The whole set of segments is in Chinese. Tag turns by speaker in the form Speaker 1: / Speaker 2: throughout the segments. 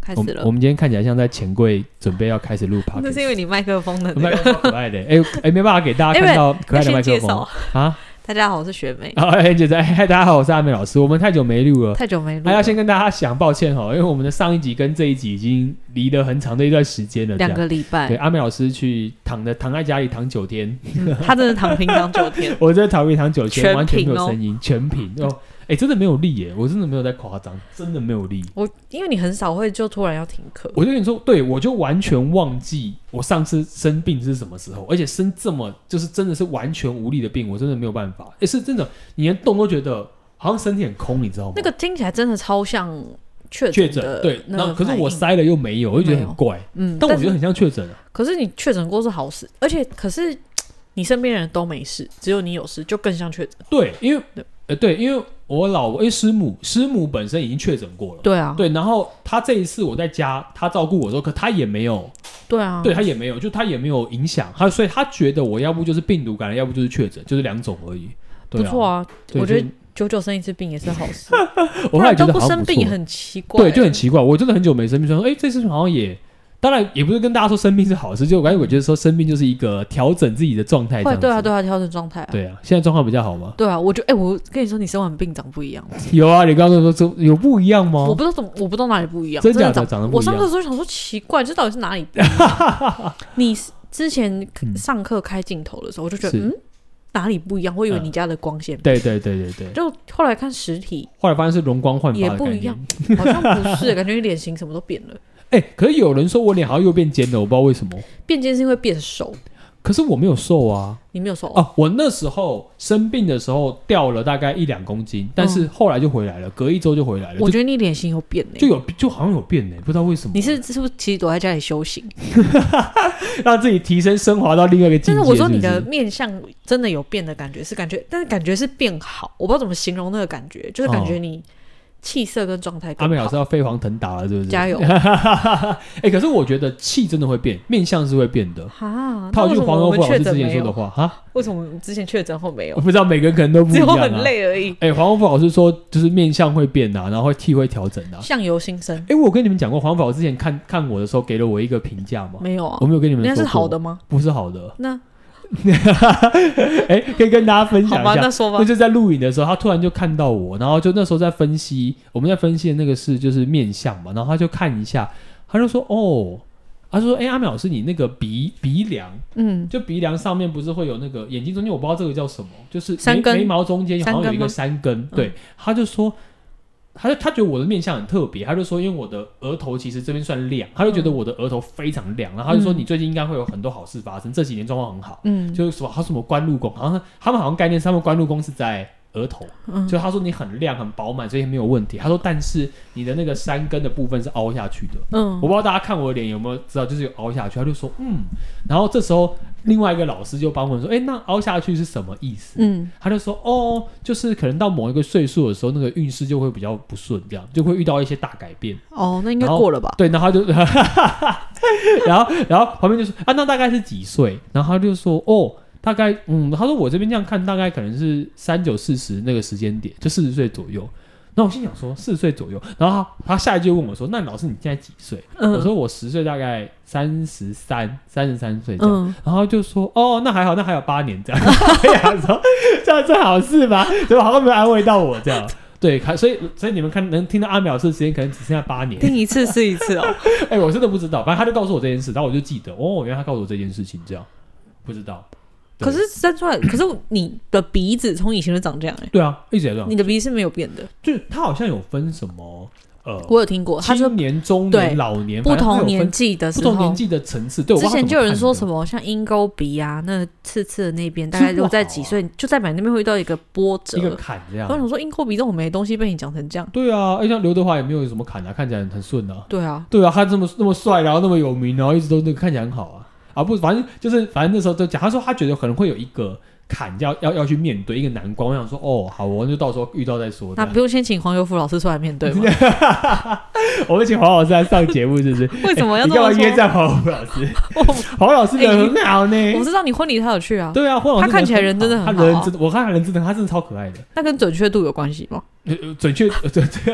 Speaker 1: 开
Speaker 2: 我
Speaker 1: 始
Speaker 2: 们
Speaker 1: 了
Speaker 2: 我。们今天看起来像在钱柜准备要开始录 p o d
Speaker 1: 那是
Speaker 2: c a
Speaker 1: 因为你麦克风的
Speaker 2: s
Speaker 1: 那
Speaker 2: 麦
Speaker 1: 个。哎
Speaker 2: 克风 可爱的，哎哎，没办法给大家看到可
Speaker 1: 要
Speaker 2: 爱的麦
Speaker 1: 先介
Speaker 2: 克风
Speaker 1: 绍，
Speaker 2: 啊！
Speaker 1: 大家好，我是雪梅，
Speaker 2: 好，哎，姐姐，嗨，大家好，我是阿美老师，我们太久没录了。
Speaker 1: 太久没录
Speaker 2: 还
Speaker 1: 了
Speaker 2: 要，先跟大家讲抱歉哈，因为我们的上一集跟这一集已经离得很长的一段时间了，这
Speaker 1: 两
Speaker 2: 样。
Speaker 1: 个礼
Speaker 2: 对，啊
Speaker 1: 拜，
Speaker 2: 阿美老师去躺的躺在家里躺九天，，
Speaker 1: 嗯他真的躺平躺九天
Speaker 2: 我在躺一躺九天，
Speaker 1: 全
Speaker 2: 完全没有
Speaker 1: 屏哦
Speaker 2: 声音，全屏哦。哎，真的没有力耶，我真的没有在夸张，真的没有力。
Speaker 1: 我因为你很少会就突然要停课，
Speaker 2: 我就跟你说，对我就完全忘记我上次生病是什么时候，而且生这么就是真的是完全无力的病，我真的没有办法。哎，是真的，你连动都觉得好像身体很空，你知道吗？
Speaker 1: 那个听起来真的超像确
Speaker 2: 确诊
Speaker 1: 的
Speaker 2: 对，
Speaker 1: 那
Speaker 2: 然后
Speaker 1: 个
Speaker 2: 可是
Speaker 1: 反
Speaker 2: 我
Speaker 1: 应
Speaker 2: 塞了又没有，我就觉得
Speaker 1: 没
Speaker 2: 很
Speaker 1: 有
Speaker 2: 怪。
Speaker 1: 嗯，
Speaker 2: 但我觉
Speaker 1: 是
Speaker 2: 得很像确诊啊，
Speaker 1: 可是你确诊过是好事，而且可是你身边人都没事，只有你有事，就更像确诊。
Speaker 2: 对，因为
Speaker 1: 对
Speaker 2: 呃对，因为我老因为师母师母本身已经确诊过了。
Speaker 1: 对啊，
Speaker 2: 对，然后她这一次我在家，她照顾我的时候，可她也没有，
Speaker 1: 对啊，
Speaker 2: 对她也没有，就她也没有影响，她所以她觉得我要不就是病毒感染，要不就是确诊，就是两种而已。对
Speaker 1: 不
Speaker 2: 啊，
Speaker 1: 错啊，
Speaker 2: 对
Speaker 1: 我觉
Speaker 2: 就
Speaker 1: 得久久生一次病也是好事，
Speaker 2: 我
Speaker 1: 不
Speaker 2: 后来
Speaker 1: 然
Speaker 2: 觉
Speaker 1: 都
Speaker 2: 得
Speaker 1: 不
Speaker 2: 好像
Speaker 1: 生
Speaker 2: 不
Speaker 1: 病也
Speaker 2: 错，
Speaker 1: 很奇怪。欸
Speaker 2: 对，就很奇怪。我真的很久没生病，说哎，这次好像也，当然也不是跟大家说生病是好事，就我感觉我觉得说生病就是一个调整自己的状态这
Speaker 1: 会
Speaker 2: 样子。
Speaker 1: 对啊，对啊，调整状态啊。
Speaker 2: 对啊，现在状况比较好吗？
Speaker 1: 对啊，我就哎、我跟你说，你生完病长不一样，
Speaker 2: 有啊，你刚刚说说有不一样吗
Speaker 1: 我？不知道怎么，我不知道哪里不一样，
Speaker 2: 哦真
Speaker 1: 真
Speaker 2: 假的
Speaker 1: 长
Speaker 2: 长得不
Speaker 1: 我
Speaker 2: 一
Speaker 1: 上课
Speaker 2: 样
Speaker 1: 的时候想说奇怪，这到底是哪里不一样？ 你是之前
Speaker 2: 嗯
Speaker 1: 上课开镜头的时候，我就觉
Speaker 2: 是
Speaker 1: 得嗯哪里不一样，我以为
Speaker 2: 嗯
Speaker 1: 你家的光线，
Speaker 2: 对对对对对，
Speaker 1: 就后来看实体
Speaker 2: 后来发现是容光焕发
Speaker 1: 也
Speaker 2: 的
Speaker 1: 不
Speaker 2: 概
Speaker 1: 一
Speaker 2: 念
Speaker 1: 样。，好像不是，感觉你脸型什么都变了。
Speaker 2: 哎、可是有人说我脸好像又变尖了，我不知道为什么。
Speaker 1: 变尖是因为变瘦，
Speaker 2: 可是我没有瘦啊！
Speaker 1: 你没有瘦
Speaker 2: 哦、我那时候生病的时候掉了大概一两公斤，但是后来就回来了，隔一周就回来了，
Speaker 1: 我
Speaker 2: 就
Speaker 1: 觉得你脸型有变呢、
Speaker 2: 就有就好像有变呢、不知道为什么。
Speaker 1: 你是是不是其实躲在家里修行？
Speaker 2: 让自己提升升华到另外一个境
Speaker 1: 但
Speaker 2: 界？
Speaker 1: 是我说你的
Speaker 2: 是 不是
Speaker 1: 面相真的有变的感觉，是感觉，但是感觉是变好，我不知道怎么形容那个感觉，就是感觉你气色跟状态
Speaker 2: 哦阿
Speaker 1: 更
Speaker 2: 美
Speaker 1: 好。
Speaker 2: 老师要飞黄腾达了，是不是？
Speaker 1: 加油！
Speaker 2: 哎、可是我觉得气真的会变，面相是会变的。
Speaker 1: 哈，那
Speaker 2: 套
Speaker 1: 为
Speaker 2: 句
Speaker 1: 什么
Speaker 2: 黄
Speaker 1: 我
Speaker 2: 荣
Speaker 1: 们
Speaker 2: 富老
Speaker 1: 确
Speaker 2: 师之
Speaker 1: 诊
Speaker 2: 前
Speaker 1: 没
Speaker 2: 说
Speaker 1: 有？
Speaker 2: 的话哈，
Speaker 1: 为什么我们之前确诊后没
Speaker 2: 我
Speaker 1: 有？
Speaker 2: 不知道每个人可能都不一
Speaker 1: 只有
Speaker 2: 样、啊。
Speaker 1: 很累而已，
Speaker 2: 哎、黄荣富老师说，就是面相会变啊，然后会气会调整的、啊。
Speaker 1: 相由心生
Speaker 2: 哎、。我跟你们讲过，黄宝之前看看我的时候给了我一个评价吗？
Speaker 1: 没有啊
Speaker 2: 我，没有跟你们
Speaker 1: 人
Speaker 2: 说
Speaker 1: 家
Speaker 2: 过
Speaker 1: 是好的，吗？
Speaker 2: 不是好的。
Speaker 1: 那
Speaker 2: 哎、可以跟大家分
Speaker 1: 好
Speaker 2: 享
Speaker 1: 吧，
Speaker 2: 一
Speaker 1: 那
Speaker 2: 下。
Speaker 1: 说吧
Speaker 2: 那。就在录影的时候，他突然就看到我，然后就那时候在分析，我们在分析的那个是就是面相嘛，然后他就看一下，他就说哦，他说哎、阿美老师，你那个鼻鼻梁，
Speaker 1: 嗯，
Speaker 2: 就鼻梁上面不是会有那个眼睛中间，我不知道这个叫什么，就是眉
Speaker 1: 山根
Speaker 2: 眉毛中间好像有一个山根，
Speaker 1: 吗
Speaker 2: 对，他就说。他就他觉得我的面相很特别，他就说，因为我的额头其实这边算亮，他就觉得我的额头非常亮，然后他就说
Speaker 1: 嗯
Speaker 2: 你最近应该会有很多好事发生，这几年状况很好，
Speaker 1: 嗯，
Speaker 2: 就是说他什么关路宫，好像他们好像概念，他们关路宫是在额头，
Speaker 1: 嗯
Speaker 2: 就他说你很亮很饱满，所以没有问题。他说但是你的那个山根的部分是凹下去的，
Speaker 1: 嗯
Speaker 2: 我不知道大家看我的脸有没有知道，就是有凹下去，他就说嗯，然后这时候另外一个老师就帮我们说，哎、那凹下去是什么意思？
Speaker 1: 嗯，
Speaker 2: 他就说哦，就是可能到某一个岁数的时候，那个运势就会比较不顺，这样就会遇到一些大改变。
Speaker 1: 哦，那应该
Speaker 2: 然后
Speaker 1: 过了吧？
Speaker 2: 对，然后他就， 然后然后旁边就说啊，那大概是几岁？然后他就说哦，大概嗯，他说我这边这样看，大概可能是三九四十那个时间点，就四十岁左右。那我心想说四十岁左右，然后他他下一句问我说，那老师你现在几岁？我
Speaker 1: 嗯
Speaker 2: 说我十岁，大概三十三、三十三岁这样。
Speaker 1: 嗯，
Speaker 2: 然后就说哦，那还好，那还有八年这样。 我想说这样是好事吧？怎么好像没有安慰到我这样？对，还所以所以你们看能听到阿淼老师的时间可能只剩下八年。
Speaker 1: 听一次是一次哦。
Speaker 2: 哎、我真的不知道，反正他就告诉我这件事，然后我就记得，哦，原来他告诉我这件事情，这样不知道。 对
Speaker 1: 可是生出来，可是你的鼻子从以前就长这样哎、
Speaker 2: 对啊，一直在这样
Speaker 1: 你，的鼻子是没有变的。
Speaker 2: 就是他好像有分什么呃，
Speaker 1: 我有听过，他说
Speaker 2: 青年、中年、
Speaker 1: 对
Speaker 2: 老年，
Speaker 1: 不
Speaker 2: 反正他有
Speaker 1: 同
Speaker 2: 分
Speaker 1: 年纪的
Speaker 2: 不
Speaker 1: 时
Speaker 2: 同年
Speaker 1: 候，
Speaker 2: 纪的层次。对，我
Speaker 1: 之前就有人说什
Speaker 2: 么，
Speaker 1: 么像鹰钩鼻啊，那刺刺的那边，大
Speaker 2: 这
Speaker 1: 概
Speaker 2: 不
Speaker 1: 就在
Speaker 2: 好
Speaker 1: 几
Speaker 2: 啊
Speaker 1: 岁，就在买那边会遇到一个波折。
Speaker 2: 一个坎这
Speaker 1: 然后
Speaker 2: 样。
Speaker 1: 想说鹰钩鼻这种没东西被你讲成这样，
Speaker 2: 对啊，哎，像刘德华也没有什么坎啊，看起来很很顺啊。
Speaker 1: 对啊，
Speaker 2: 对啊，他这么那么帅，然后那么有名，然后一直都那个看起来很好啊。啊不，反正就是反正那时候就讲，他说他觉得可能会有一个坎要要要去面对一个难关。我想说，哦，好，我就到时候遇到再说。这
Speaker 1: 那
Speaker 2: 样
Speaker 1: 不用先请黄友福老师出来面对 吗？
Speaker 2: 我们请黄老师来上节目，是 不是？
Speaker 1: 为什么要
Speaker 2: 你
Speaker 1: 这
Speaker 2: 干嘛
Speaker 1: 么
Speaker 2: 约
Speaker 1: 说？
Speaker 2: 战黄老师？
Speaker 1: 我
Speaker 2: 黄老师人很好呢。
Speaker 1: 我知道你婚礼他有去啊，
Speaker 2: 对啊，黄老师
Speaker 1: 他看起来人真的很好啊
Speaker 2: 他人真的，我看他人真的，他真的超可爱的。
Speaker 1: 那跟准确度有关系吗？
Speaker 2: 呃呃准确呃准确，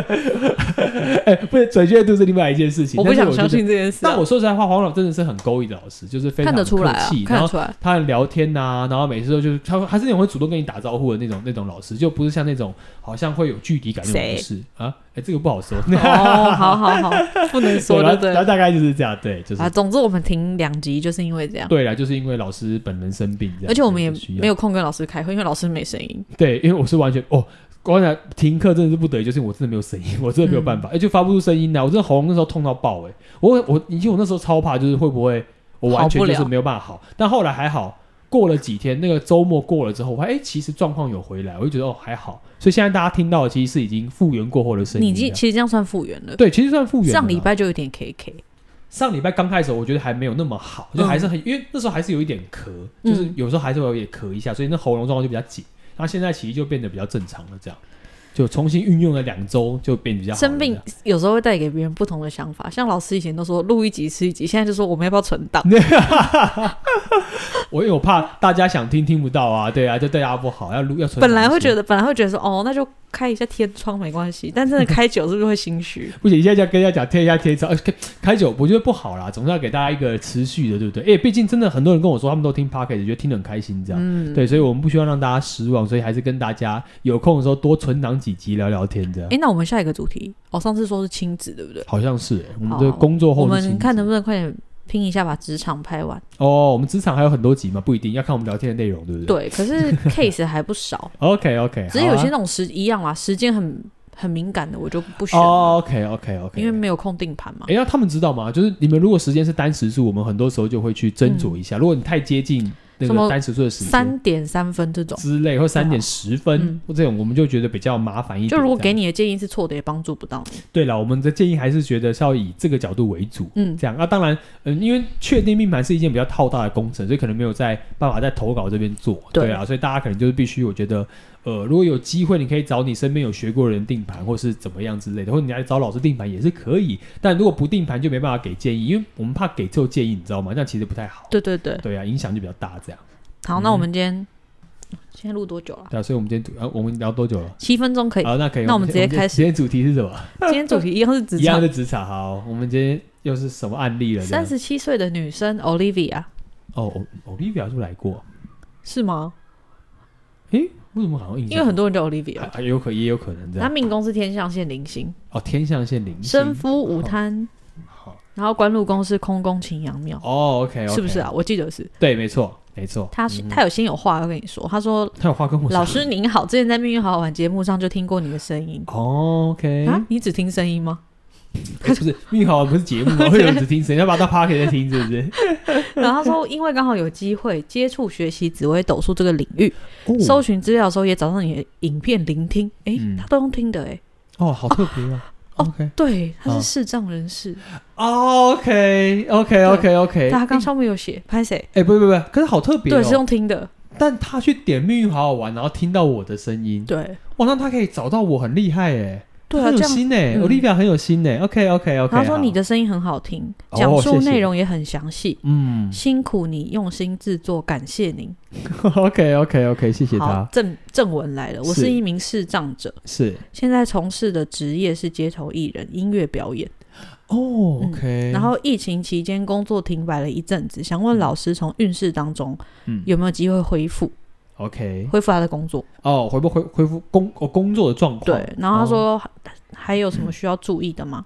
Speaker 2: 哎，不是准确度是另外一件事情。
Speaker 1: 我不
Speaker 2: 但是
Speaker 1: 想
Speaker 2: 觉
Speaker 1: 相
Speaker 2: 得
Speaker 1: 信这件事啊、
Speaker 2: 但我说实在话，黄老真的是很勾引的老师，就是非常
Speaker 1: 看得
Speaker 2: 的
Speaker 1: 出
Speaker 2: 客
Speaker 1: 来啊
Speaker 2: 气，，
Speaker 1: 看
Speaker 2: 然
Speaker 1: 得
Speaker 2: 后
Speaker 1: 出来。
Speaker 2: 他的聊天呐、然后每次都就是他他是那种会主动跟你打招呼的那种那种老师，就不是像那种好像会有距离感那种
Speaker 1: 谁
Speaker 2: 老师啊。哎，这个不好 说。
Speaker 1: 哦，好好好，不能说
Speaker 2: 然
Speaker 1: 的
Speaker 2: 后
Speaker 1: 对
Speaker 2: 然后大概就是这样，对，就是、
Speaker 1: 啊。总之，我们停两集就是因为这样，
Speaker 2: 对了，就是因为老师本人生病这样，
Speaker 1: 而且我们也
Speaker 2: 所以就需要
Speaker 1: 没有空跟老师开会，因为老师没声音。
Speaker 2: 对，因为我是完全哦。刚才停课真的是不得已，就是我真的没有声音，我真的没有办
Speaker 1: 嗯
Speaker 2: 法，哎、就发不出声音来。我真的喉咙那时候痛到爆、哎，我我以前我那时候超怕，就是会不会我完全
Speaker 1: 好不
Speaker 2: 就
Speaker 1: 了
Speaker 2: 是没有办法好。但后来还好，过了几天，那个周末过了之后，我发现哎、其实状况有回来，我就觉得哦还好。所以现在大家听到的其实是已经复原过后的声音
Speaker 1: 你已
Speaker 2: 了，
Speaker 1: 经其实这样算复原了。
Speaker 2: 对，其实算复原了啊啦。
Speaker 1: 上礼拜就有点 KK，
Speaker 2: 上礼拜刚开始，我觉得还没有那么好，就还是很，因为那时候还是有一点咳，
Speaker 1: 嗯
Speaker 2: 就是有时候还是会有一点咳一下，所以那喉咙状况就比较紧。那现在其实就变得比较正常了，这样就重新运用了两周，就变得比较好了
Speaker 1: 生病
Speaker 2: 这样
Speaker 1: 有时候会带给别人不同的想法。像老师以前都说录一集是一集，现在就说我们要不要存档？
Speaker 2: 我因为我怕大家想听听不到啊，对啊，就对大家不好，要录要存档期。
Speaker 1: 本来会觉得，本来会觉得说哦，那就开一下天窗没关系，但真的开久是不是会心虚？
Speaker 2: 不行，现在就要跟人家讲贴一下贴照，呃开开酒我觉得不好啦，总是要给大家一个持续的，对不对？哎、毕竟真的很多人跟我说，他们都听 p o c k e t 觉得听得很开心，这样、
Speaker 1: 嗯，
Speaker 2: 对，所以我们不需要让大家失望，所以还是跟大家有空的时候多存档几集聊聊天，这样
Speaker 1: 哎、。那我们下一个主题，哦，上次说是亲子，对不对？
Speaker 2: 好像是欸，我们
Speaker 1: 好
Speaker 2: 的工作后
Speaker 1: 哦我
Speaker 2: 是亲
Speaker 1: 们
Speaker 2: 子
Speaker 1: 看能不能快点拼一下，把职场拍完。
Speaker 2: 哦，我们职场还有很多集嘛，不一定要看我们聊天的内容，对啊不对？
Speaker 1: 对，可是 case 还不 少，
Speaker 2: ，OK OK，
Speaker 1: 只是有些那种时一样啦，时间很很敏感的，我就不选了，
Speaker 2: 哦，OK OK OK，
Speaker 1: 因为没有空定盘嘛。
Speaker 2: 哎，那他们知道吗？就是你们如果时间是单时数，我们很多时候就会去斟酌一下，如果你太接近那
Speaker 1: 嗯什
Speaker 2: 个
Speaker 1: 么
Speaker 2: 单时数的时间。
Speaker 1: 三点三分这种，
Speaker 2: 之类或三点十分
Speaker 1: 嗯
Speaker 2: 或这种，我们就觉得比较麻烦一点。
Speaker 1: 就如果
Speaker 2: 这
Speaker 1: 给
Speaker 2: 样
Speaker 1: 你的建议是错的，也帮助不到你。
Speaker 2: 对了，我们的建议还是觉得是要以这个角度为主。
Speaker 1: 嗯，
Speaker 2: 这样啊，当然，嗯，因为确定命盘是一件比较套大的工程，所以可能没有在办法在投稿这边做，
Speaker 1: 对
Speaker 2: 啊，所以大家可能就是必须，我觉得，呃，如果有机会，你可以找你身边有学过的人定盘，或是怎么样之类的，或者你来找老师定盘也是可以。但如果不定盘，就没办法给建议，因为我们怕给错建议，你知道吗？那其实不太好。
Speaker 1: 对对对。
Speaker 2: 对啊，影响就比较大，这样。
Speaker 1: 好，
Speaker 2: 嗯
Speaker 1: 那我们今天现在录多久了？
Speaker 2: 对啊，所以我们今天主，啊，我们聊多久了？
Speaker 1: 七分钟可以。
Speaker 2: 好，那可以，
Speaker 1: 那我们直接开始
Speaker 2: 今天主题是什么？
Speaker 1: 今天主题一样是职
Speaker 2: 啊 一样
Speaker 1: 场
Speaker 2: 的。职场。好，我们今天又是什么案例了？这样
Speaker 1: 三十七岁的女生 Olivia
Speaker 2: 哦，O-，Olivia 是不是来过？啊
Speaker 1: 是吗？
Speaker 2: 诶，为什么好像印象
Speaker 1: 因为很多人叫
Speaker 2: 啊
Speaker 1: Olivia，
Speaker 2: 啊，有可也有可能这
Speaker 1: 她
Speaker 2: 样。
Speaker 1: 命宫是天象线零星，
Speaker 2: 哦，天象线零星
Speaker 1: 身夫午贪，
Speaker 2: 好
Speaker 1: 然后官禄宫是空宫擎羊庙，
Speaker 2: 哦，OK，, 嗯 o k
Speaker 1: 是不是？啊？我记得是。
Speaker 2: 对，没错，没错。
Speaker 1: 她是她有先有话要跟你说，她说
Speaker 2: 他有话跟我
Speaker 1: 老
Speaker 2: 讲
Speaker 1: 师您好，之前在《命运好好玩》节目上就听过你的声音
Speaker 2: 哦，OK，、
Speaker 1: 啊，你只听声音吗？
Speaker 2: 不是命好不是节目吗，会有人只听谁？要把他 p a r k 在听，是不是？
Speaker 1: 然后她说，因为刚好有机会接触学习紫微斗数这个领域，
Speaker 2: 哦
Speaker 1: 搜寻资料的时候也找到你的影片聆听，诶，
Speaker 2: 嗯
Speaker 1: 她都用听的诶，
Speaker 2: 哦，好特别啊。
Speaker 1: 哦
Speaker 2: OK，
Speaker 1: 对，她
Speaker 2: 哦
Speaker 1: 是视障人士，
Speaker 2: 哦，OK，OK，OK，OK。
Speaker 1: 大家刚上面有写拍谁？
Speaker 2: 哎，不不不，可是好特别
Speaker 1: 对，是
Speaker 2: 哦。
Speaker 1: 用听的，
Speaker 2: 但他去点命运好好玩，然后听到我的声音，
Speaker 1: 对
Speaker 2: 哇，那他可以找到我，很厉害哎。
Speaker 1: 对啊，
Speaker 2: 很
Speaker 1: 这
Speaker 2: 嗯有
Speaker 1: 样。
Speaker 2: 心哎
Speaker 1: 嗯
Speaker 2: ，Olivia 很有心哎。OK，OK，OK。
Speaker 1: 然后说你
Speaker 2: 好，
Speaker 1: 的声音很好听，
Speaker 2: 哦
Speaker 1: 讲
Speaker 2: 谢
Speaker 1: 述
Speaker 2: 谢
Speaker 1: 内容也很详细，
Speaker 2: 嗯
Speaker 1: 辛苦你用心制作，感谢您。
Speaker 2: ，OK，OK，OK，谢谢
Speaker 1: 好
Speaker 2: 他，。
Speaker 1: 正正文来了，我
Speaker 2: 是
Speaker 1: 是一名视障者，
Speaker 2: 是
Speaker 1: 现在从事的职业是街头艺人、音乐表演。
Speaker 2: 哦
Speaker 1: 嗯
Speaker 2: ，OK，
Speaker 1: 然后疫情期间工作停摆了一阵子，想问老师从运势当中
Speaker 2: 嗯
Speaker 1: 有没有机会恢复
Speaker 2: OK，
Speaker 1: 恢复他的工作？
Speaker 2: 哦，回不回恢复工哦工作的状况？
Speaker 1: 对，然后他说还还有什么需要注意的吗？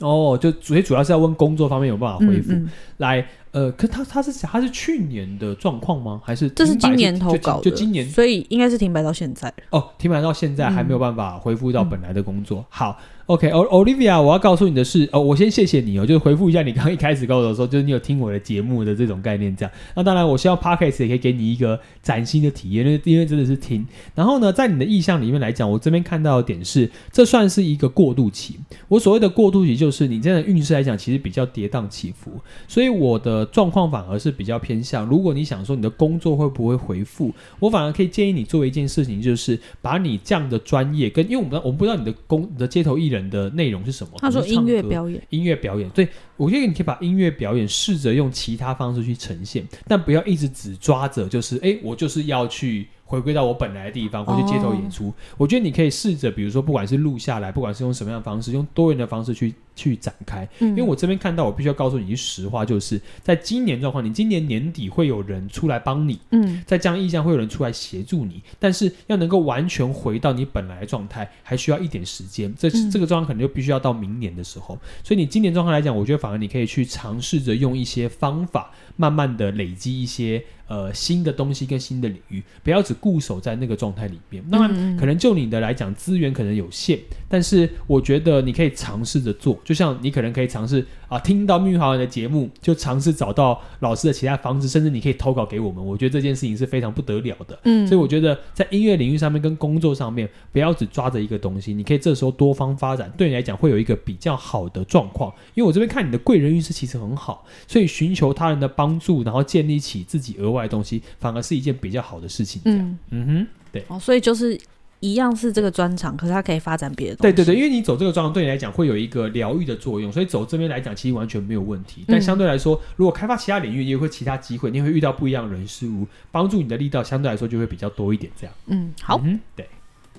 Speaker 2: 哦，就主以主要是要问工作方面有办法恢
Speaker 1: 嗯
Speaker 2: 复。
Speaker 1: 嗯，
Speaker 2: 来，呃，可他他是他是去年的状况吗？还是
Speaker 1: 这是
Speaker 2: 停摆
Speaker 1: 今年投
Speaker 2: 就
Speaker 1: 稿
Speaker 2: 就
Speaker 1: 的，
Speaker 2: 就今年
Speaker 1: 所以应该是停摆到现在。
Speaker 2: 哦，停摆到现在还没有
Speaker 1: 嗯
Speaker 2: 办法恢复到本来的工作。好，OK，O Olivia，我要告诉你的是，哦，我先谢谢你哦，就是回复一下你刚刚一开始跟我说，就是你有听我的节目的这种概念，这样。那当然，我希望 Podcast 也可以给你一个崭新的体验，因为因为真的是听。然后呢，在你的意向里面来讲，我这边看到的点是，这算是一个过渡期。我所谓的过渡期，就是你这样的运势来讲，其实比较跌宕起伏。所以我的状况反而是比较偏向，如果你想说你的工作会不会回复，我反而可以建议你做一件事情，就是把你这样的专业跟，因为我们我们不知道你的工你的街头艺人的内容是什么，
Speaker 1: 他说
Speaker 2: 哦可能是唱
Speaker 1: 音乐
Speaker 2: 歌啊
Speaker 1: 表演，
Speaker 2: 音乐表演，所以我觉得你可以把音乐表演试着用其他方式去呈现，但不要一直只抓着就是，哎、我就是要去回归到我本来的地方，或去街头演出。我觉得你可以试着，比如说，不管是录下来，不管是用什么样的方式，用多元的方式去去展开。
Speaker 1: 嗯
Speaker 2: 因为我这边看到，我必须要告诉你一句实话，就是在今年状况，你今年年底会有人出来帮你，
Speaker 1: 嗯
Speaker 2: 在这样意向会有人出来协助你，但是要能够完全回到你本来的状态，还需要一点时间。这、
Speaker 1: 嗯
Speaker 2: 这个状况可能就必须要到明年的时候。所以你今年状况来讲，我觉得反而你可以去尝试着用一些方法，慢慢的累积一些呃新的东西跟新的领域，不要只固守在那个状态里面。当然，
Speaker 1: 嗯嗯
Speaker 2: 可能就你的来讲，资源可能有限，但是我觉得你可以尝试着做，就像你可能可以尝试啊，听到蜜桃的节目，就尝试找到老师的其他方式，甚至你可以投稿给我们。我觉得这件事情是非常不得了的。
Speaker 1: 嗯，
Speaker 2: 所以我觉得在音乐领域上面跟工作上面，不要只抓着一个东西，你可以这时候多方发展，对你来讲会有一个比较好的状况。因为我这边看你的贵人运势其实很好，所以寻求他人的帮助，然后建立起自己额外的东西，反而是一件比较好的事情。这样，
Speaker 1: 嗯，
Speaker 2: 嗯哼，对。
Speaker 1: 哦，所以就是一样是这个专长，可是它可以发展别的东
Speaker 2: 对
Speaker 1: 西。
Speaker 2: 对对，因为你走这个状况对你来讲会有一个疗愈的作用，所以走这边来讲其实完全没有问题。
Speaker 1: 嗯
Speaker 2: 但相对来说，如果开发其他领域，也会其他机会，你会遇到不一样的人事物，帮助你的力道相对来说就会比较多一点。这样，
Speaker 1: 嗯，好
Speaker 2: 嗯。哼对，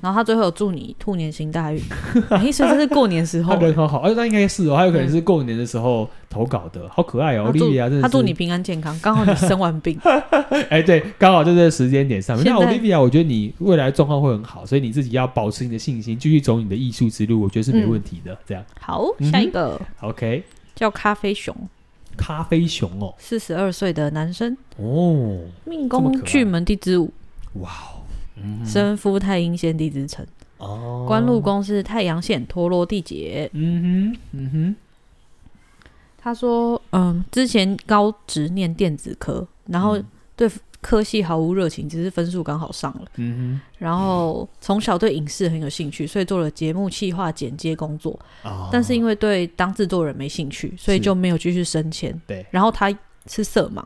Speaker 1: 然后他最后有祝你兔年行大运， 诶，所以这是过年时候
Speaker 2: 他。人很好，哎，那应该是哦，他有可能是过年的时候投稿的，好可爱哦，
Speaker 1: 他
Speaker 2: 莉
Speaker 1: 祝
Speaker 2: 莉啊，真的是
Speaker 1: 嗯他祝你平安健康，刚好你生完病，
Speaker 2: 哎，对，刚好在这个时间点上面。
Speaker 1: 现
Speaker 2: 那
Speaker 1: 在
Speaker 2: Olivia，我觉得你未来状况会很好，所以你自己要保持你的信心，继续走你的艺术之路，我觉得是没
Speaker 1: 嗯
Speaker 2: 问题的。这样
Speaker 1: 好，
Speaker 2: 嗯哼
Speaker 1: 下一个、
Speaker 2: ，OK，
Speaker 1: 叫咖啡熊，
Speaker 2: 咖啡熊哦，
Speaker 1: 四十二岁的男生，
Speaker 2: 哦，
Speaker 1: 命
Speaker 2: 这么
Speaker 1: 宫
Speaker 2: 可爱
Speaker 1: 巨门地支午，
Speaker 2: 哇哦，嗯
Speaker 1: 身夫太阴线地支辰，
Speaker 2: 哦，
Speaker 1: 官禄宫是太阳线陀罗地劫。
Speaker 2: 嗯哼，嗯哼，
Speaker 1: 他说，嗯，之前高职念电子科，然
Speaker 2: 嗯
Speaker 1: 后对科系毫无热情，只是分数刚好上了。
Speaker 2: 嗯
Speaker 1: 然后从小对影视很有兴趣，所以做了节目企划、剪接工作。
Speaker 2: 哼，哦，
Speaker 1: 但是因为对当制作人没兴趣，所以就没有继续升迁。
Speaker 2: 对
Speaker 1: 然后他是色盲，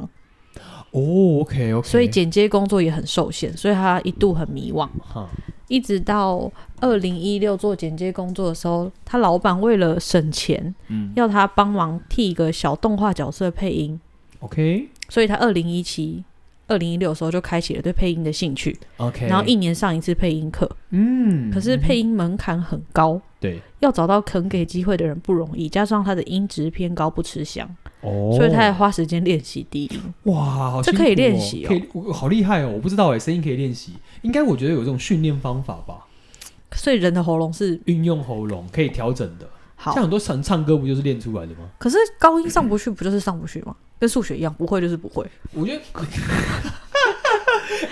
Speaker 2: 哦，OK OK，
Speaker 1: 所以剪接工作也很受限，所以他一度很迷惘。
Speaker 2: 哈，
Speaker 1: 一直到二零一六做剪接工作的时候，他老板为了省钱，
Speaker 2: 嗯
Speaker 1: 要他帮忙替一个小动画角色配音，
Speaker 2: ，OK
Speaker 1: 所以他二零一七、二零一六的时候就开启了对配音的兴趣，
Speaker 2: OK，
Speaker 1: 然后一年上一次配音课。
Speaker 2: 嗯，
Speaker 1: 可是配音门槛很高，
Speaker 2: 对
Speaker 1: 要找到肯给机会的人不容易，加上他的音质偏高，不吃香，
Speaker 2: 哦，
Speaker 1: 所以他也花时间练习低音。
Speaker 2: 哇，好
Speaker 1: 这
Speaker 2: 辛
Speaker 1: 可以
Speaker 2: 苦
Speaker 1: 练
Speaker 2: 哦
Speaker 1: 习
Speaker 2: 可
Speaker 1: 哦
Speaker 2: 以我好厉害哦，我不知道哎，声音可以练习，应该我觉得有这种训练方法吧，
Speaker 1: 所以人的喉咙是
Speaker 2: 运用喉咙可以调整的，
Speaker 1: 好
Speaker 2: 像，很多唱唱歌不就是练出来的吗？
Speaker 1: 可是高音上不去，不就是上不去吗？跟数学一样，不会就是不会。
Speaker 2: 我觉得，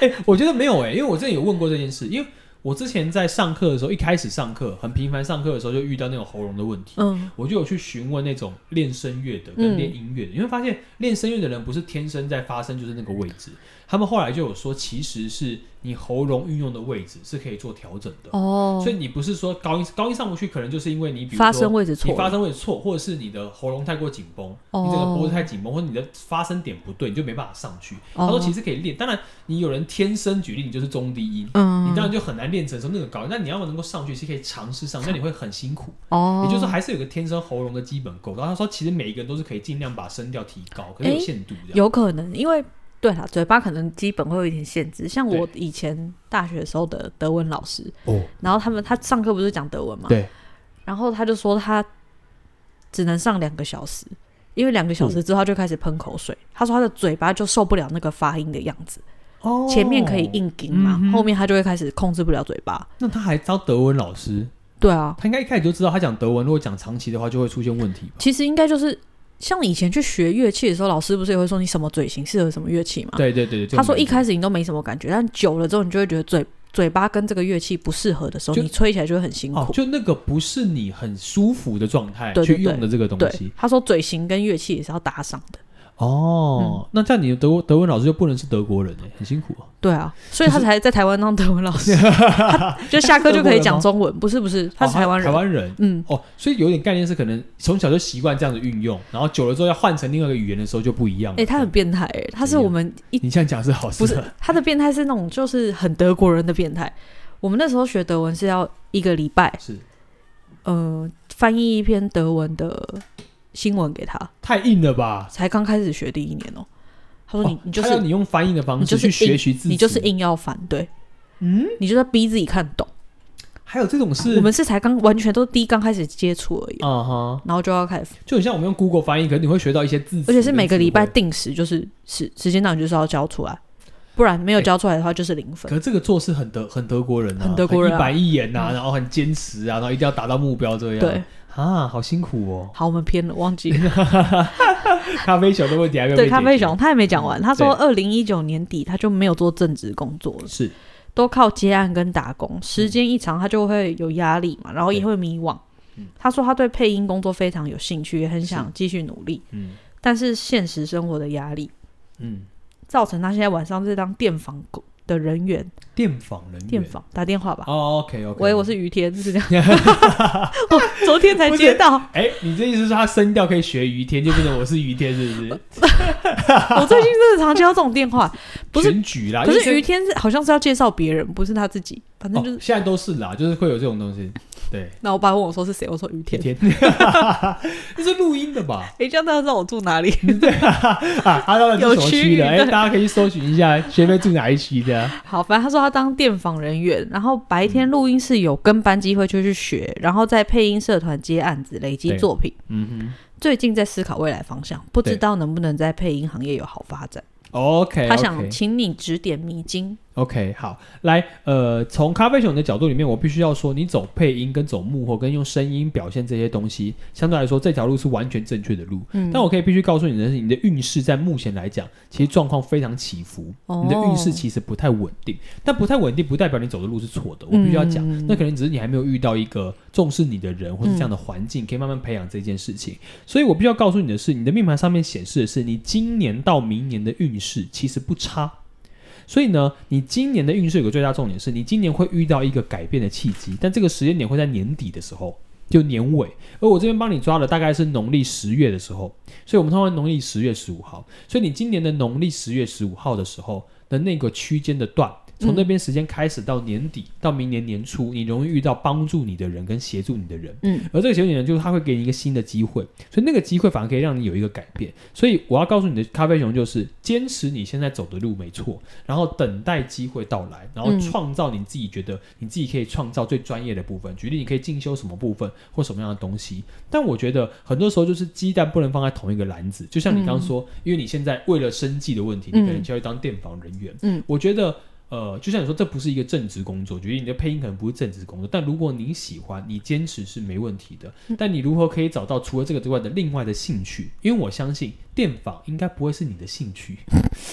Speaker 2: 哎、我觉得没有哎、因为我之前有问过这件事，因为我之前在上课的时候，一开始上课很频繁上课的时候，就遇到那种喉咙的问题。
Speaker 1: 嗯
Speaker 2: 我就有去询问那种练声乐的跟
Speaker 1: 嗯
Speaker 2: 练音乐的，你会发现练声乐的人不是天生在发声就是那个位置，他们后来就有说，其实是你喉咙运用的位置是可以做调整的。
Speaker 1: 哦
Speaker 2: 所以你不是说高音高音上不去，可能就是因为你比如说
Speaker 1: 发声位置
Speaker 2: 你
Speaker 1: 错
Speaker 2: 发
Speaker 1: 了，
Speaker 2: 声位置错，或者是你的喉咙太过紧绷，
Speaker 1: 哦
Speaker 2: 你整个脖子太紧绷，或者你的发声点不对，你就没办法上去。
Speaker 1: 哦
Speaker 2: 他说其实可以练，当然你有人天生举例，你就是中低音，你
Speaker 1: 嗯
Speaker 2: 当然就很难练成说那个高音。那你要能够上去是可以尝试上，那你会很辛苦。
Speaker 1: 哦
Speaker 2: 也就是说还是有个天生喉咙的基本构造。他说其实每一个人都是可以尽量把声调提高，可是有
Speaker 1: 诶
Speaker 2: 限度这样。
Speaker 1: 有可能，因为对啦，嘴巴可能基本会有一点限制。像我
Speaker 2: 对
Speaker 1: 以前大学的时候的德文老师，
Speaker 2: 哦，
Speaker 1: 然后他们他上课不是讲德文嘛，
Speaker 2: 对，
Speaker 1: 然后他就说他只能上两个小时，因为两个小时之后他就开始喷口水。他说他的嘴巴就受不了那个发音的样子，
Speaker 2: 哦
Speaker 1: 前面可以，硬顶嘛，
Speaker 2: 嗯哼
Speaker 1: 后面他就会开始控制不了嘴巴。
Speaker 2: 那他还招德文老师，
Speaker 1: 对啊，
Speaker 2: 他应该一开始就知道他讲德文，如果讲长期的话就会出现问题吧。
Speaker 1: 其实应该就是像以前去学乐器的时候，老师不是也会说你什么嘴型适合什么乐器嘛？
Speaker 2: 对对对对，
Speaker 1: 啊他说一
Speaker 2: 始。
Speaker 1: 开始你都没什么感觉，但久了之后你就会觉得嘴嘴巴跟这个乐器不适合的时候，
Speaker 2: 就
Speaker 1: 你吹起来就会很辛
Speaker 2: 哦，
Speaker 1: 苦。
Speaker 2: 就那个不是你很舒服的状态
Speaker 1: 对对
Speaker 2: 去用的这个东
Speaker 1: 对
Speaker 2: 西，
Speaker 1: 他说嘴型跟乐器也是要搭上的。
Speaker 2: 哦。
Speaker 1: 嗯
Speaker 2: 那这样你的德国德文老师就不能是德国人哎、很辛苦啊。
Speaker 1: 对啊，所以他才在台湾当德文老 师，他就下课就可以讲中文。不是不是，他是台湾人。
Speaker 2: 哦台湾人
Speaker 1: 嗯，
Speaker 2: 哦，所以有点概念是可能从小就习惯这样子运用，然后久了之后要换成另外一个语言的时候就不一样了。
Speaker 1: 哎、他很变态、欸，他是我们一
Speaker 2: 你这样讲是好事，
Speaker 1: 不
Speaker 2: 啊
Speaker 1: 是他的变态是那种就是很德国人的变态。我们那时候学德文是要一个礼拜，
Speaker 2: 是
Speaker 1: 呃，翻译一篇德文的新闻给他，
Speaker 2: 太硬了吧？
Speaker 1: 才刚开始学第一年哦、他说你、
Speaker 2: 哦
Speaker 1: 你就
Speaker 2: 他要
Speaker 1: 是
Speaker 2: 你用翻译的
Speaker 1: 你
Speaker 2: 方
Speaker 1: 就
Speaker 2: 式
Speaker 1: 是
Speaker 2: 去
Speaker 1: 硬
Speaker 2: 学习字，
Speaker 1: 你就是。硬要反对，
Speaker 2: 嗯，
Speaker 1: 你就是要逼自己看懂。
Speaker 2: 还有这种事
Speaker 1: 我，们是才刚完全都是第一刚开始接触而已，
Speaker 2: 啊哈，
Speaker 1: 然后就要开始，
Speaker 2: 就很像我们用 Google 翻译，可能你会学到一些字，
Speaker 1: 而且是每个礼拜。定时，就是时时间档就是要交出来，不然没有交出来的话就是零分。
Speaker 2: 可是这个做事很德很德国人啊，
Speaker 1: 很德国人啊
Speaker 2: 一板一眼呐、
Speaker 1: 嗯
Speaker 2: 然后很坚持啊，然后一定要达到目标这样。
Speaker 1: 对，
Speaker 2: 啊，好辛苦哦。
Speaker 1: 好，我们偏了，忘记了。
Speaker 2: 咖啡熊的问题 还没有被
Speaker 1: 对咖
Speaker 2: 解
Speaker 1: 啡
Speaker 2: 决
Speaker 1: 熊，他还没讲完。他说，
Speaker 2: 对
Speaker 1: 二零一九年底他就没有做正职工作了，
Speaker 2: 是
Speaker 1: 都靠接案跟打工。时间一长，他就会有压力嘛，然后也
Speaker 2: 嗯对
Speaker 1: 会迷惘
Speaker 2: 嗯。
Speaker 1: 他说他对配音工作非常有兴趣，也很想继续努力，
Speaker 2: 嗯
Speaker 1: 但是现实生活的压力
Speaker 2: 嗯，
Speaker 1: 造成他现在晚上是当电访工的人员，
Speaker 2: 电访人员。
Speaker 1: 电访打电话吧。
Speaker 2: 哦，OK OK。
Speaker 1: 喂，我是于天，是这样。 我昨天才接到，
Speaker 2: 哎、你这意思是他声调可以学于天，就变成我是于天，是不是？
Speaker 1: 我最近真的常接到这种电 话， 不是。
Speaker 2: 选举啦，
Speaker 1: 可
Speaker 2: 因为
Speaker 1: 是于天是好像是要介绍别人，不是他自己，反正就是
Speaker 2: 哦，现在都是啦，就是会有这种东 西。对，
Speaker 1: 那我爸问我说是谁，我说于
Speaker 2: 于
Speaker 1: 天。
Speaker 2: 天， 这是录音的吧？
Speaker 1: 诶，这样大家知道我住哪里？
Speaker 2: 啊，他到底是什么区
Speaker 1: 有
Speaker 2: 的？
Speaker 1: 区域
Speaker 2: 哎、
Speaker 1: 对
Speaker 2: 大家可以搜寻一下学妹住哪一区的。
Speaker 1: 好，反正他说他当电访人员，然后白天
Speaker 2: 嗯
Speaker 1: 录音室有跟班机会就去学，然后在配音社团接案子，累积
Speaker 2: 对
Speaker 1: 作品。
Speaker 2: 嗯
Speaker 1: 最近在思考未来方向，不知
Speaker 2: 对
Speaker 1: 道能不能在配音行业有好发展。
Speaker 2: 哼，OK，
Speaker 1: 他想
Speaker 2: 哎 OK
Speaker 1: 请你指点迷津。
Speaker 2: 哦 OK，好，来，呃，从咖啡熊的角度里面，我必须要说，你走配音跟走幕后跟用声音表现这些东西，相对来说这条路是完全正确的路。
Speaker 1: 嗯，
Speaker 2: 但我可以必须告诉你的是，你的运势在目前来讲，其实状况非常起伏，
Speaker 1: 哦
Speaker 2: 你的运势其实不太稳定。但不太稳定不代表你走的路是错的，我必须要讲，
Speaker 1: 嗯
Speaker 2: 那可能只是你还没有遇到一个重视你的人，或是这样的环境，可以慢慢培养这件事情。所以我必须要告诉你的是，你的命盘上面显示的是你今年到明年的运势其实不差。所以呢，你今年的运势有个最大重点是，你今年会遇到一个改变的契机，但这个时间点会在年底的时候，就年尾。而我这边帮你抓的大概是农历十月的时候，所以我们通常农历十月十五号。所以你今年的农历十月十五号的时候的那个区间的段，从那边时间开始到年底到明年年初，你容易遇到帮助你的人跟协助你的人。
Speaker 1: 嗯，
Speaker 2: 而这个协助你的人就是他会给你一个新的机会，所以那个机会反而可以让你有一个改变。所以我要告诉你的咖啡熊就是坚持你现在走的路没错，然后等待机会到来，然后
Speaker 1: 嗯
Speaker 2: 创造你自己觉得你自己可以创造最专业的部分。举例，你可以进修什么部分或什么样的东西。但我觉得很多时候就是鸡蛋不能放在同一个篮子，就像你刚刚说，因为你现在为了生计的问题，你可能
Speaker 1: 嗯
Speaker 2: 就要去当电访人员。
Speaker 1: 嗯，
Speaker 2: 我觉得。呃，就像你说，这不是一个正职工作，举例你的配音可能不是正职工作，但如果你喜欢，你坚持是没问题的。
Speaker 1: 嗯
Speaker 2: 但你如何可以找到除了这个之外的另外的兴趣？因为我相信电访应该不会是你的兴趣，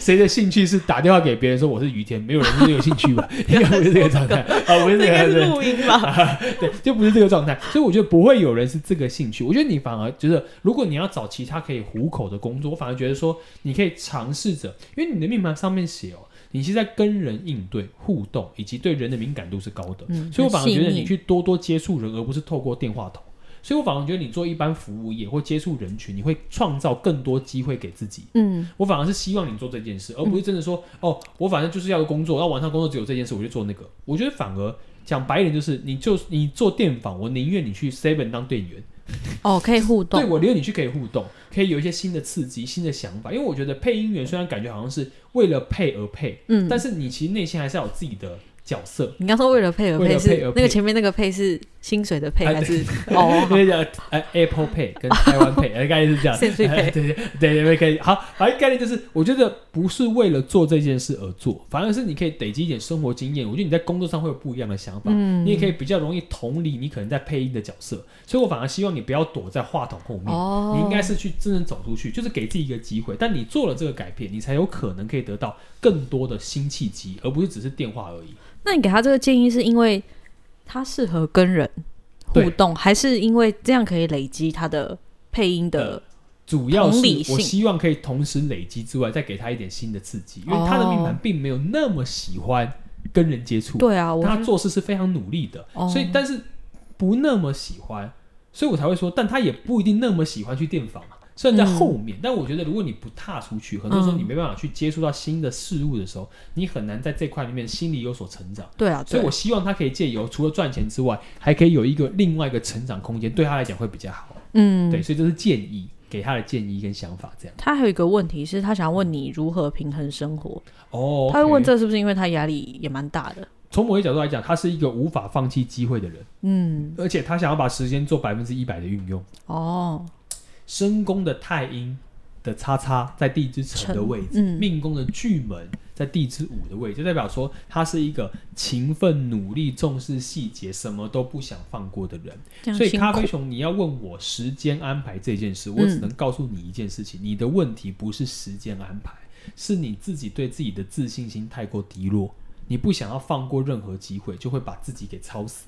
Speaker 2: 谁的兴趣是打电话给别人说我是于天？没有人是有兴趣吧？应该不是这个状态啊，不是
Speaker 1: 这
Speaker 2: 这
Speaker 1: 应
Speaker 2: 个
Speaker 1: 该
Speaker 2: 状
Speaker 1: 是
Speaker 2: 态，
Speaker 1: 录音吧？
Speaker 2: 对，就不是这个状态。所以我觉得不会有人是这个兴趣。我觉得你反而觉得，如果你要找其他可以糊口的工作，我反而觉得说你可以尝试着，因为你的命盘上面写哦，你是在跟人应对、互动，以及对人的敏感度是高的。
Speaker 1: 嗯，
Speaker 2: 所以我反而觉得
Speaker 1: 很细
Speaker 2: 你
Speaker 1: 腻
Speaker 2: 去多多接触人，而不是透过电话筒。所以我反而觉得你做一般服务业或接触人群，你会创造更多机会给自己。
Speaker 1: 嗯
Speaker 2: 我反而是希望你做这件事，而不是真的说、哦，我反正就是要个工作，然后晚上工作只有这件事，我就做那个。我觉得反而讲白一点，就是你就你做电访，我宁愿你去 Seven 当店员，
Speaker 1: 哦，可以互
Speaker 2: 对
Speaker 1: 动。
Speaker 2: 我宁愿你去可以互动，可以有一些新的刺激、新的想法。因为我觉得配音员虽然感觉好像是为了配而配，
Speaker 1: 嗯，
Speaker 2: 但是你其实内心还是要有自己的角色。
Speaker 1: 你刚说为了配合
Speaker 2: 为
Speaker 1: 配
Speaker 2: 了
Speaker 1: 是
Speaker 2: 配而配
Speaker 1: 那个前面那个配是薪水的配
Speaker 2: 啊
Speaker 1: 还是 哦？
Speaker 2: 那个呃，Apple Pay 跟台湾 Pay，呃概 念是这样，
Speaker 1: 谁最配
Speaker 2: 对对对对，可以。好，反正概念就是，我觉得不是为了做这件事而做，反而是你可以累积一点生活经验。我觉得你在工作上会有不一样的想法，
Speaker 1: 嗯
Speaker 2: 你也可以比较容易同理你可能在配音的角色。所以我反而希望你不要躲在话筒后面。
Speaker 1: 哦，
Speaker 2: 你应该是去真正走出去，就是给自己一个机会。但你做了这个改变，你才有可能可以得到更多的新契机，而不是只是电话而已。
Speaker 1: 那你给他这个建议是因为他适合跟人互
Speaker 2: 对
Speaker 1: 动，还是因为这样可以累积他的配音
Speaker 2: 呃
Speaker 1: 的？
Speaker 2: 主要是
Speaker 1: 同理性
Speaker 2: 我希望可以同时累积之外，再给他一点新的刺激，因为
Speaker 1: 哦
Speaker 2: 他的命盘并没有那么喜欢跟人接触，
Speaker 1: 对啊，我
Speaker 2: 他
Speaker 1: 是
Speaker 2: 做事是非常努力的，
Speaker 1: 哦
Speaker 2: 所以但是不那么喜欢，所以我才会说，但他也不一定那么喜欢去电访嘛。虽然在后
Speaker 1: 嗯
Speaker 2: 面，但我觉得如果你不踏出去，很多时候你没办法去接触到新的事物的时候，你很难在这块里面心里有所成长。
Speaker 1: 对啊，
Speaker 2: 所以
Speaker 1: 对
Speaker 2: 我希望他可以借由除了赚钱之外，还可以有一个另外一个成长空间，对他来讲会比较好。
Speaker 1: 嗯，
Speaker 2: 对，所以这是建议，给他的建议跟想法这样。
Speaker 1: 他还有一个问题是，他想要问你如何平衡生活。
Speaker 2: 哦，
Speaker 1: 他会
Speaker 2: OK
Speaker 1: 问这是不是因为他压力也蛮大的？
Speaker 2: 从某些角度来讲，他是一个无法放弃机会的人，
Speaker 1: 嗯，
Speaker 2: 而且他想要把时间做百分之一百的运用。
Speaker 1: 哦，
Speaker 2: 申宫的太阴的叉叉在地支辰的位置，
Speaker 1: 嗯
Speaker 2: 命宫的巨门在地支午的位置，就代表说他是一个勤奋、努力、重视细节、什么都不想放过的人。
Speaker 1: 这样
Speaker 2: 所以
Speaker 1: 辛
Speaker 2: 咖
Speaker 1: 苦嗯
Speaker 2: 啡。熊，你要问我时间安排这件事，我只能告诉你一件事情：你的问题不是时间安排，是你自己对自己的自信心太过低落，你不想要放过任何机会，就会把自己给操死。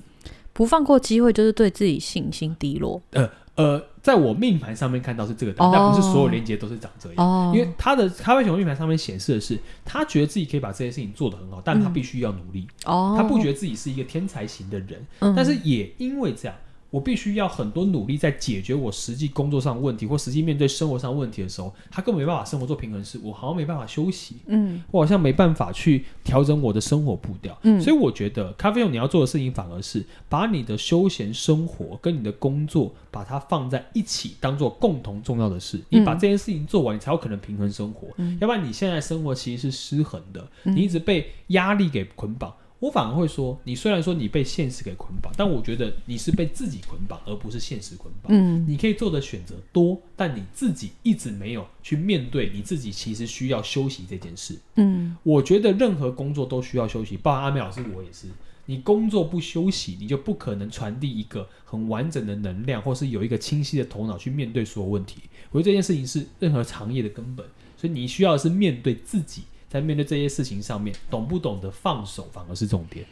Speaker 1: 不放过机会，就是对自己信心低落。
Speaker 2: 呃呃，在我命盘上面看到是这个答案，但不是所有连接都是长这样。
Speaker 1: 哦，
Speaker 2: 因为他的咖啡熊命盘上面显示的是，他觉得自己可以把这件事情做得很好，但他必须要努力。
Speaker 1: 嗯哦，
Speaker 2: 他不觉得自己是一个天才型的人，
Speaker 1: 嗯
Speaker 2: 但是也因为这样，我必须要很多努力在解决我实际工作上的问题或实际面对生活上的问题的时候，他根本没办法生活做平衡是我好像没办法休息，
Speaker 1: 嗯
Speaker 2: 我好像没办法去调整我的生活步调。
Speaker 1: 嗯
Speaker 2: 所以我觉得咖啡豆你要做的事情反而是把你的休闲生活跟你的工作把它放在一起，当做共同重要的事。
Speaker 1: 嗯
Speaker 2: 你把这件事情做完，你才有可能平衡生活。要不然你现在生活其实是失衡的，
Speaker 1: 嗯
Speaker 2: 你一直被压力给捆绑。我反而会说，你虽然说你被现实给捆绑，但我觉得你是被自己捆绑，而不是现实捆绑。
Speaker 1: 嗯
Speaker 2: 你可以做的选择多，但你自己一直没有去面对你自己其实需要休息这件事。
Speaker 1: 嗯
Speaker 2: 我觉得任何工作都需要休息，包含阿美老师我也是。你工作不休息，你就不可能传递一个很完整的能量，或是有一个清晰的头脑去面对所有问题。我觉得这件事情是任何行业的根本，所以你需要的是面对自己，在面对这些事情上面，懂不懂得放手反而是重点。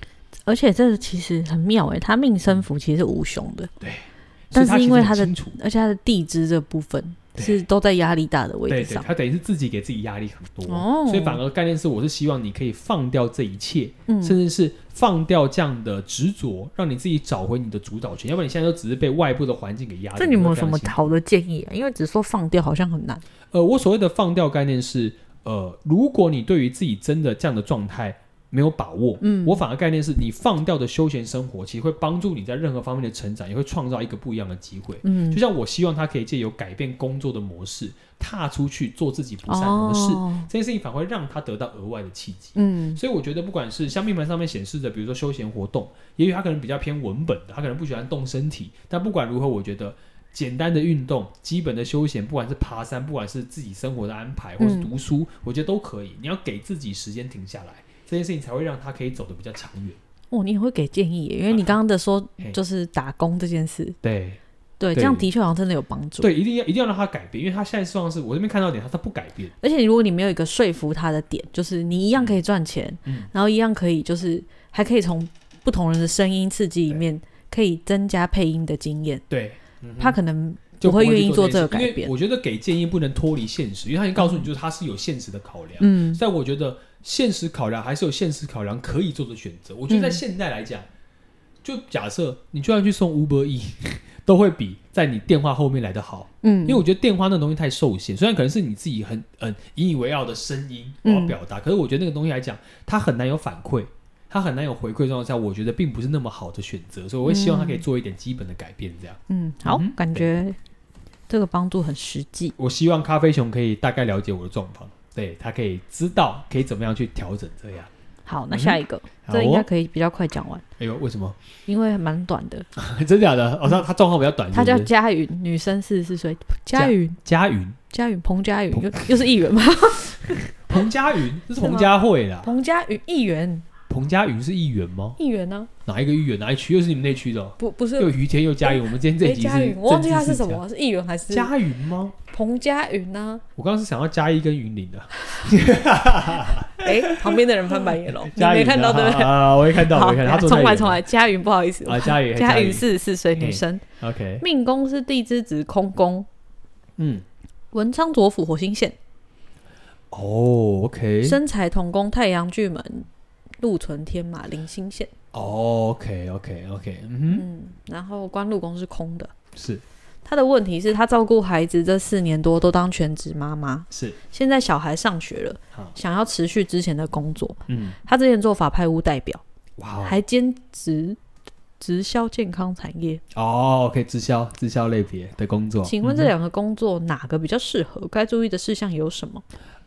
Speaker 1: 而且这个其实很妙诶，他命生符其实是无穷的，
Speaker 2: 所以
Speaker 1: 但是因为
Speaker 2: 其实
Speaker 1: 他的
Speaker 2: 很清楚，
Speaker 1: 而且他的地支这部分
Speaker 2: 对
Speaker 1: 是都在压力大的位
Speaker 2: 对
Speaker 1: 置
Speaker 2: 对，
Speaker 1: 上。
Speaker 2: 他等于是自己给自己压力很多，
Speaker 1: 哦
Speaker 2: 所以反而概念是，我是希望你可以放掉这一切，
Speaker 1: 嗯
Speaker 2: 甚至是放掉这样的执着，让你自己找回你的主导权。要不然你现在都只是被外部的环境给压着。
Speaker 1: 这你们有什
Speaker 2: 会
Speaker 1: 么
Speaker 2: 非常辛苦
Speaker 1: 好的建议啊？因为只说放掉好像很难。
Speaker 2: 呃，我所谓的放掉概念是，呃，如果你对于自己真的这样的状态没有把握，
Speaker 1: 嗯
Speaker 2: 我反而概念是你放掉的休闲生活，其实会帮助你在任何方面的成长，也会创造一个不一样的机会。
Speaker 1: 嗯
Speaker 2: 就，像我希望他可以借由改变工作的模式，踏出去做自己不擅长的事，
Speaker 1: 哦
Speaker 2: 这件事情反而会让他得到额外的契机。
Speaker 1: 嗯
Speaker 2: 所以我觉得，不管是像命盘上面显示的，比如说休闲活动，也许他可能比较偏文本的，他可能不喜欢动身体。但不管如何，我觉得简单的运动、基本的休闲，不管是爬山，不管是自己生活的安排，或是读书，
Speaker 1: 嗯
Speaker 2: 我觉得都可以。你要给自己时间停下来，这件事情才会让他可以走得比较长远。
Speaker 1: 哦，你也会给建议耶，因为你刚刚的说
Speaker 2: 啊嘿
Speaker 1: 就是打工这件事，
Speaker 2: 对
Speaker 1: 对，
Speaker 2: 对
Speaker 1: 这样的确好像真的有帮助。
Speaker 2: 对，一定要一定要让他改变，因为他现在状况是我这边看到点，他他不改变。
Speaker 1: 而且如果你没有一个说服他的点，就是你一样可以赚钱，
Speaker 2: 嗯
Speaker 1: 然后一样可以就是还可以从不同人的声音刺激里面可以增加配音的经验，
Speaker 2: 对，嗯哼
Speaker 1: 他可能
Speaker 2: 就
Speaker 1: 不会
Speaker 2: 去
Speaker 1: 愿意做
Speaker 2: 件
Speaker 1: 这
Speaker 2: 事
Speaker 1: 个
Speaker 2: 因
Speaker 1: 改
Speaker 2: 为
Speaker 1: 变
Speaker 2: 我觉得给建议不能脱离现实，因为他已经告诉你，就是他是有现实的考量。
Speaker 1: 嗯
Speaker 2: 但我觉得现实考量还是有现实考量可以做的选择。我
Speaker 1: 嗯
Speaker 2: 觉得在现在来讲，就假设你就算去送 Uber E，都 会比在你电话后面来的好，
Speaker 1: 嗯
Speaker 2: 因为我觉得电话那东西太受限，虽然可能是你自己很嗯引以为傲的声音我
Speaker 1: 嗯
Speaker 2: 要表达，可是我觉得那个东西来讲，它很难有反馈。它很难有回馈状况下，我觉得并不是那么好的选择，所以我会希望他可以做一点基本的改变。这样，
Speaker 1: 嗯好，
Speaker 2: 嗯哼
Speaker 1: 感觉这个帮助很实际。
Speaker 2: 我希望咖啡熊可以大概了解我的状况，对他可以知道可以怎么样去调整。这样，
Speaker 1: 好，那
Speaker 2: 嗯哼
Speaker 1: 下一个、
Speaker 2: 好
Speaker 1: 这应该
Speaker 2: 哦，
Speaker 1: 可以比较快讲完，
Speaker 2: 哎呦，为什么？
Speaker 1: 因为蛮短
Speaker 2: 嗯
Speaker 1: 的。
Speaker 2: 真假的？哦，他他状况比较短，
Speaker 1: 她
Speaker 2: 是
Speaker 1: 叫
Speaker 2: 不是
Speaker 1: 佳云，女生四十四岁，
Speaker 2: 佳
Speaker 1: 佳云，
Speaker 2: 佳云，
Speaker 1: 佳云，彭佳云，又又是议员吗？
Speaker 2: 彭佳 云，这是
Speaker 1: 是吗
Speaker 2: 彭佳慧啦。
Speaker 1: 彭佳云议员，
Speaker 2: 彭佳云是议员吗？
Speaker 1: 议员呢、
Speaker 2: 哪一个议员？哪一区？又是你们那区的哦？
Speaker 1: 不不是
Speaker 2: 啊又于天又佳云。我们今天这
Speaker 1: 哎，
Speaker 2: 一集是
Speaker 1: 佳云，我忘记他是什
Speaker 2: 政治
Speaker 1: 么，是议员还是
Speaker 2: 世家。佳云吗？
Speaker 1: 彭佳云啊呢、
Speaker 2: 我刚刚是想到嘉义跟云林的，
Speaker 1: 哎、旁边的人翻白 眼喽，你
Speaker 2: 嘉
Speaker 1: 没
Speaker 2: 云
Speaker 1: 看到对不对？
Speaker 2: 啊，我也看到，我也看到。他坐
Speaker 1: 重
Speaker 2: 在
Speaker 1: 来
Speaker 2: 远
Speaker 1: 重来，佳云，不好意思，
Speaker 2: 啊，佳云，
Speaker 1: 佳
Speaker 2: 嘉
Speaker 1: 云四十四岁女
Speaker 2: 嘿
Speaker 1: 生，
Speaker 2: OK，
Speaker 1: 命宫是地支子空宫，
Speaker 2: 嗯，
Speaker 1: 文昌左辅火星线，
Speaker 2: 哦，OK，
Speaker 1: 身材同宫太阳巨门，禄存天马零星线，
Speaker 2: 哦，OK，OK，OK，嗯
Speaker 1: 嗯，然后官禄宫是空的。
Speaker 2: 哼，是
Speaker 1: 她的问题是，她照顾孩子这四年多都当全职妈妈，
Speaker 2: 是，
Speaker 1: 现在小孩上学了，
Speaker 2: 好，
Speaker 1: 想要持续之前的工作。
Speaker 2: 嗯，
Speaker 1: 她之前做法拍屋代表，
Speaker 2: 哇哦，
Speaker 1: 还兼职直销健康产业。
Speaker 2: 哦，OK，直销直销类别的工作。
Speaker 1: 请问这两个工作哪个比较适合？该注意的事项有什么？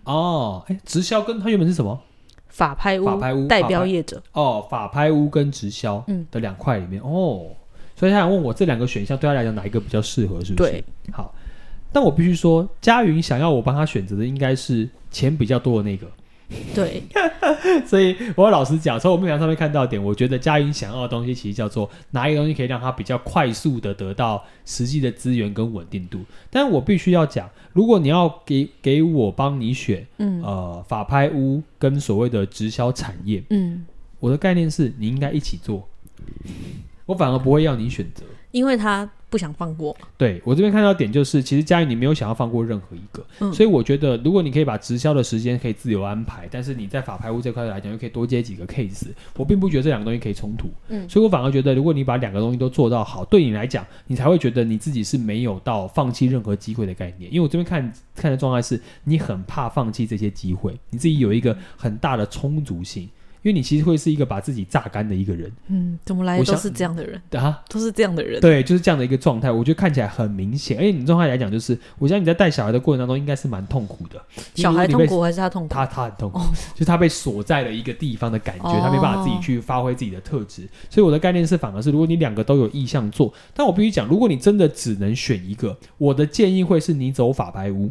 Speaker 2: 哦，哎，直销跟它原本是什么？
Speaker 1: 法拍屋
Speaker 2: 法拍屋
Speaker 1: 代标业者，
Speaker 2: 哦，法拍屋跟直销
Speaker 1: 嗯
Speaker 2: 的两块里面、哦，所以他想问我这两个选项对他来讲哪一个比较适合，是不是？
Speaker 1: 对，
Speaker 2: 好，但我必须说，佳云想要我帮他选择的应该是钱比较多的那个，
Speaker 1: 对，
Speaker 2: 所以我要老实讲，从我们俩上面看到的点，我觉得佳云想要的东西其实叫做哪一个东西可以让他比较快速的得到实际的资源跟稳定度。但我必须要讲，如果你要给给我帮你选，
Speaker 1: 嗯
Speaker 2: 呃，法拍屋跟所谓的直销产业，
Speaker 1: 嗯，
Speaker 2: 我的概念是你应该一起做，我反而不会要你选择。
Speaker 1: 因为他不想放过嘛，
Speaker 2: 对我这边看到的点就是，其实佳宇你没有想要放过任何一个，
Speaker 1: 嗯
Speaker 2: 所以我觉得如果你可以把直销的时间可以自由安排，但是你在法拍屋这块来讲又可以多接几个 case，我并不觉得这两个东西可以冲突，
Speaker 1: 嗯
Speaker 2: 所以我反而觉得如果你把两个东西都做到好，对你来讲，你才会觉得你自己是没有到放弃任何机会的概念，因为我这边看看的状态是你很怕放弃这些机会，你自己有一个很大的充足性，因为你其实会是一个把自己榨干的一个人
Speaker 1: 嗯，怎么来
Speaker 2: 我
Speaker 1: 的
Speaker 2: 想
Speaker 1: 都是这样的人，
Speaker 2: 啊。
Speaker 1: 都是这样的人，
Speaker 2: 对，就是这样的一个状态，我觉得看起来很明显。而且你状态来讲，就是我相信你在带小孩的过程当中，应该是蛮痛苦的。
Speaker 1: 小孩
Speaker 2: 因
Speaker 1: 痛
Speaker 2: 为你被，
Speaker 1: 苦还是他痛苦？
Speaker 2: 他他很痛苦，
Speaker 1: 哦
Speaker 2: 就是他被锁在了一个地方的感觉，
Speaker 1: 哦
Speaker 2: 他没办法自己去发挥自己的特质。所以我的概念是，反而是如果你两个都有意向做，但我必须讲，如果你真的只能选一个，我的建议会是你走法拍屋。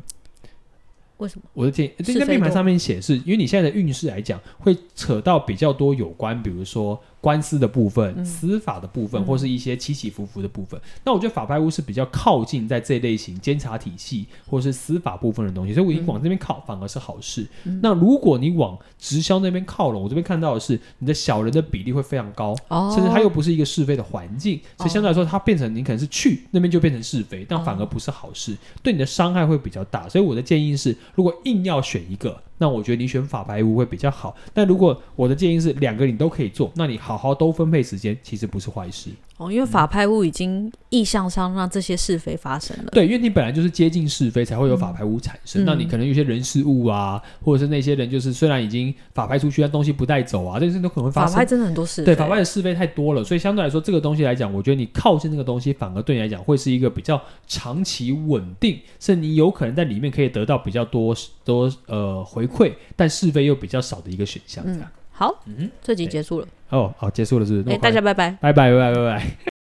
Speaker 1: 为什么？
Speaker 2: 我的建议，这
Speaker 1: 是
Speaker 2: 应该
Speaker 1: 非
Speaker 2: 命盘
Speaker 1: 多
Speaker 2: 上面显示，因为你现在的运势来讲，会扯到比较多有关，比如说官司的部分、
Speaker 1: 嗯
Speaker 2: 司法的部分，
Speaker 1: 嗯
Speaker 2: 或是一些起起伏伏的部分。那我觉得法拍屋是比较靠近在这类型监察体系或是司法部分的东西，所以我已经往这边靠，反而是好事。
Speaker 1: 嗯
Speaker 2: 那如果你往直销那边靠拢，我这边看到的是你的小人的比例会非常高。
Speaker 1: 哦，
Speaker 2: 甚至它又不是一个是非的环境，所以
Speaker 1: 哦
Speaker 2: 相对来说，它变成你可能是去那边就变成是非，但反而
Speaker 1: 哦
Speaker 2: 不是好事，对你的伤害会比较大。所以我的建议是，如果硬要选一个，那我觉得你选法白屋会比较好。但如果我的建议是两个你都可以做，那你好好都分配时间，其实不是坏事。
Speaker 1: 哦，因为法拍屋已经意向上让这些是非发生了，
Speaker 2: 对，因为你本来就是接近是非，才会有法拍屋产生。
Speaker 1: 嗯
Speaker 2: 那你可能有些人事物啊，或者是那些人，就是虽然已经法拍出去，但东西不带走啊，这些事情都可能会发
Speaker 1: 法
Speaker 2: 生。
Speaker 1: 拍真的很多是非，
Speaker 2: 对，法外的是非太多了，所以相对来说，这个东西来讲，我觉得你靠近这个东西，反而对你来讲会是一个比较长期稳定，是你有可能在里面可以得到比较多多呃回馈，但是非又比较少的一个选项。这
Speaker 1: 嗯
Speaker 2: 样，
Speaker 1: 好，
Speaker 2: 嗯
Speaker 1: 这集
Speaker 2: 对
Speaker 1: 结束了，
Speaker 2: 哦，好，结束了是不是？那
Speaker 1: 哎，
Speaker 2: 么快
Speaker 1: 大家拜拜。
Speaker 2: 拜拜拜拜拜拜。